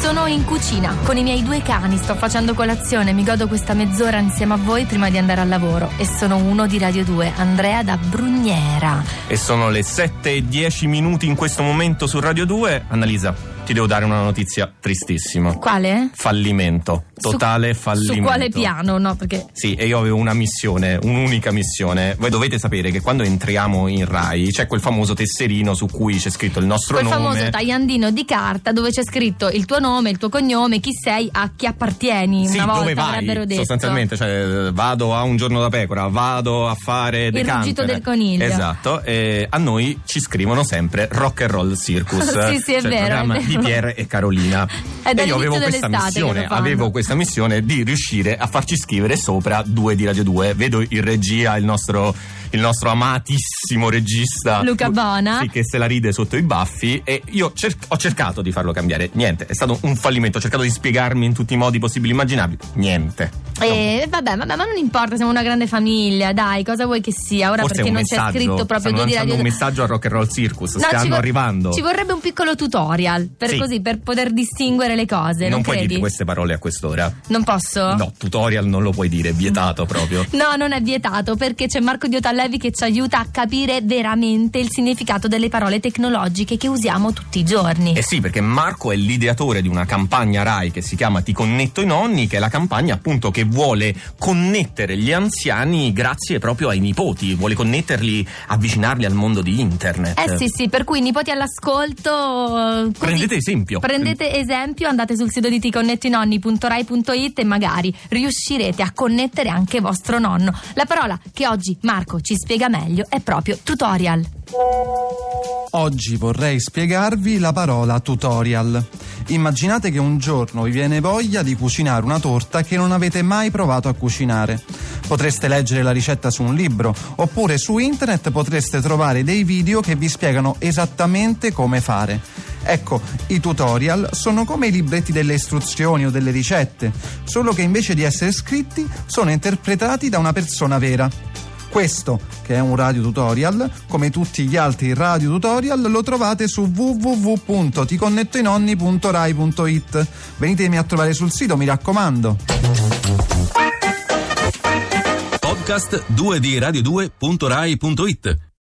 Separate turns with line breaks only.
Sono in cucina con i miei due cani, sto facendo colazione, mi godo questa mezz'ora insieme a voi prima di andare al lavoro e sono uno di Radio 2, Andrea da Brugnera.
E sono le 7 e 10 minuti in questo momento su Radio 2. Annalisa, ti devo dare una notizia tristissima.
Quale?
Fallimento,
Su-
totale fallimento.
Su quale piano? No, perché
Sì, e io avevo una missione, un'unica missione. Voi dovete sapere che quando entriamo in Rai c'è quel famoso tesserino su cui c'è scritto il nostro
quel
nome.
famoso tagliandino di carta dove c'è scritto il tuo nome, il tuo cognome, chi sei, a chi appartieni.
sì,
una volta
dove
avrebbero
vai?
detto.
Sostanzialmente, cioè, eh, vado a un giorno da pecora, vado a fare De
Il ruggito
Campere.
del coniglio.
Esatto, e a noi ci scrivono sempre Rock and Roll Circus.
Sì, sì, è
cioè
vero,
il
è
programma di
vero.
Pierre e Carolina.
È
e io
dall'inizio
avevo questa
dell'estate che lo
missione,
fanno.
avevo questa missione di riuscire a farci scrivere sopra due di Radio 2. Vedo in regia il nostro, il nostro amatissimo regista
Luca Bona.
Sì, che se la ride sotto i baffi. E io cer- ho cercato di farlo cambiare. Niente, è stato un fallimento. Ho cercato di spiegarmi in tutti i modi possibili e immaginabili. Niente.
E vabbè, vabbè, ma non importa, siamo una grande famiglia, dai, cosa vuoi che sia? Ora
Forse è
perché
un
non c'è
messaggio.
scritto proprio
Stanno
due di
lanciando
radio.
un messaggio a Rock and Roll Circus.
No,
Stanno
ci vo-
arrivando.
Ci vorrebbe un piccolo tutorial per
Sì.
così per poter distinguere le cose, non,
non puoi
credi?
dire queste parole a quest'ora.
Non posso?
No, tutorial non lo puoi dire, è
Mm.
vietato proprio.
No, non è vietato perché c'è Marco Diotallevi che ci aiuta a capire veramente il significato delle parole tecnologiche che usiamo tutti i giorni.
Eh sì, perché Marco è l'ideatore di una campagna RAI che si chiama Ti connetto i nonni, che è la campagna appunto che vuole connettere gli anziani grazie proprio ai nipoti, vuole connetterli, avvicinarli al mondo di internet.
Eh sì, sì, per cui nipoti all'ascolto. eh, così-
certo. Prendete esempio.
Prendete esempio, andate sul sito di ticonnettinonni.rai.it e magari riuscirete a connettere anche vostro nonno. La parola che oggi Marco ci spiega meglio è proprio tutorial.
Oggi vorrei spiegarvi la parola tutorial. Immaginate che un giorno vi viene voglia di cucinare una torta che non avete mai provato a cucinare. Potreste leggere la ricetta su un libro, oppure su internet potreste trovare dei video che vi spiegano esattamente come fare. Ecco, i tutorial sono come i libretti delle istruzioni o delle ricette, solo che invece di essere scritti sono interpretati da una persona vera. Questo, che è un radio tutorial, come tutti gli altri radio tutorial, lo trovate su www.ticonnettoinonni.rai.it. Venitemi a trovare sul sito, mi raccomando.
Podcast 2 di radio2.rai.it